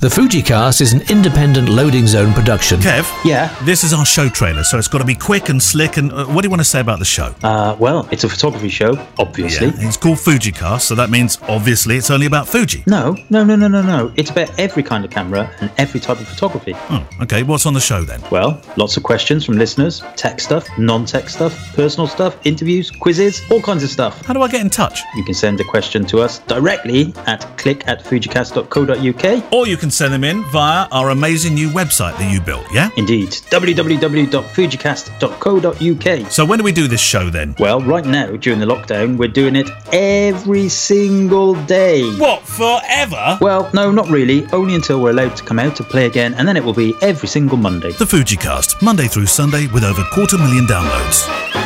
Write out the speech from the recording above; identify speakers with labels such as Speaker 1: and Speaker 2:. Speaker 1: The Fujicast is an independent loading zone production.
Speaker 2: Kev,
Speaker 3: Yeah.
Speaker 2: this is our show trailer, so it's got to be quick and slick. And uh, what do you want to say about the show?
Speaker 3: Uh, well, it's a photography show, obviously.
Speaker 2: it's called Fujicast, so that means obviously it's only about Fuji.
Speaker 3: No, no, no, no, no, no. It's about every kind of camera and every type of photography.
Speaker 2: Oh, okay, what's on the show then?
Speaker 3: Well, lots of questions from listeners, tech stuff, non tech stuff, personal stuff, interviews, quizzes, all kinds of stuff.
Speaker 2: How do I get in touch?
Speaker 3: You can send a question to us directly at click at fujicast.co.uk.
Speaker 2: Or you can send them in via our amazing new website that you built, yeah?
Speaker 3: Indeed, www.fujicast.co.uk.
Speaker 2: So when do we do this show then?
Speaker 3: Well, right now, during the lockdown, we're doing it every single day.
Speaker 2: What, forever?
Speaker 3: Well, no, not really. Only until we're allowed to come out to play again, and then it will be every single Monday.
Speaker 2: The Fujicast, Monday through Sunday with over quarter million downloads.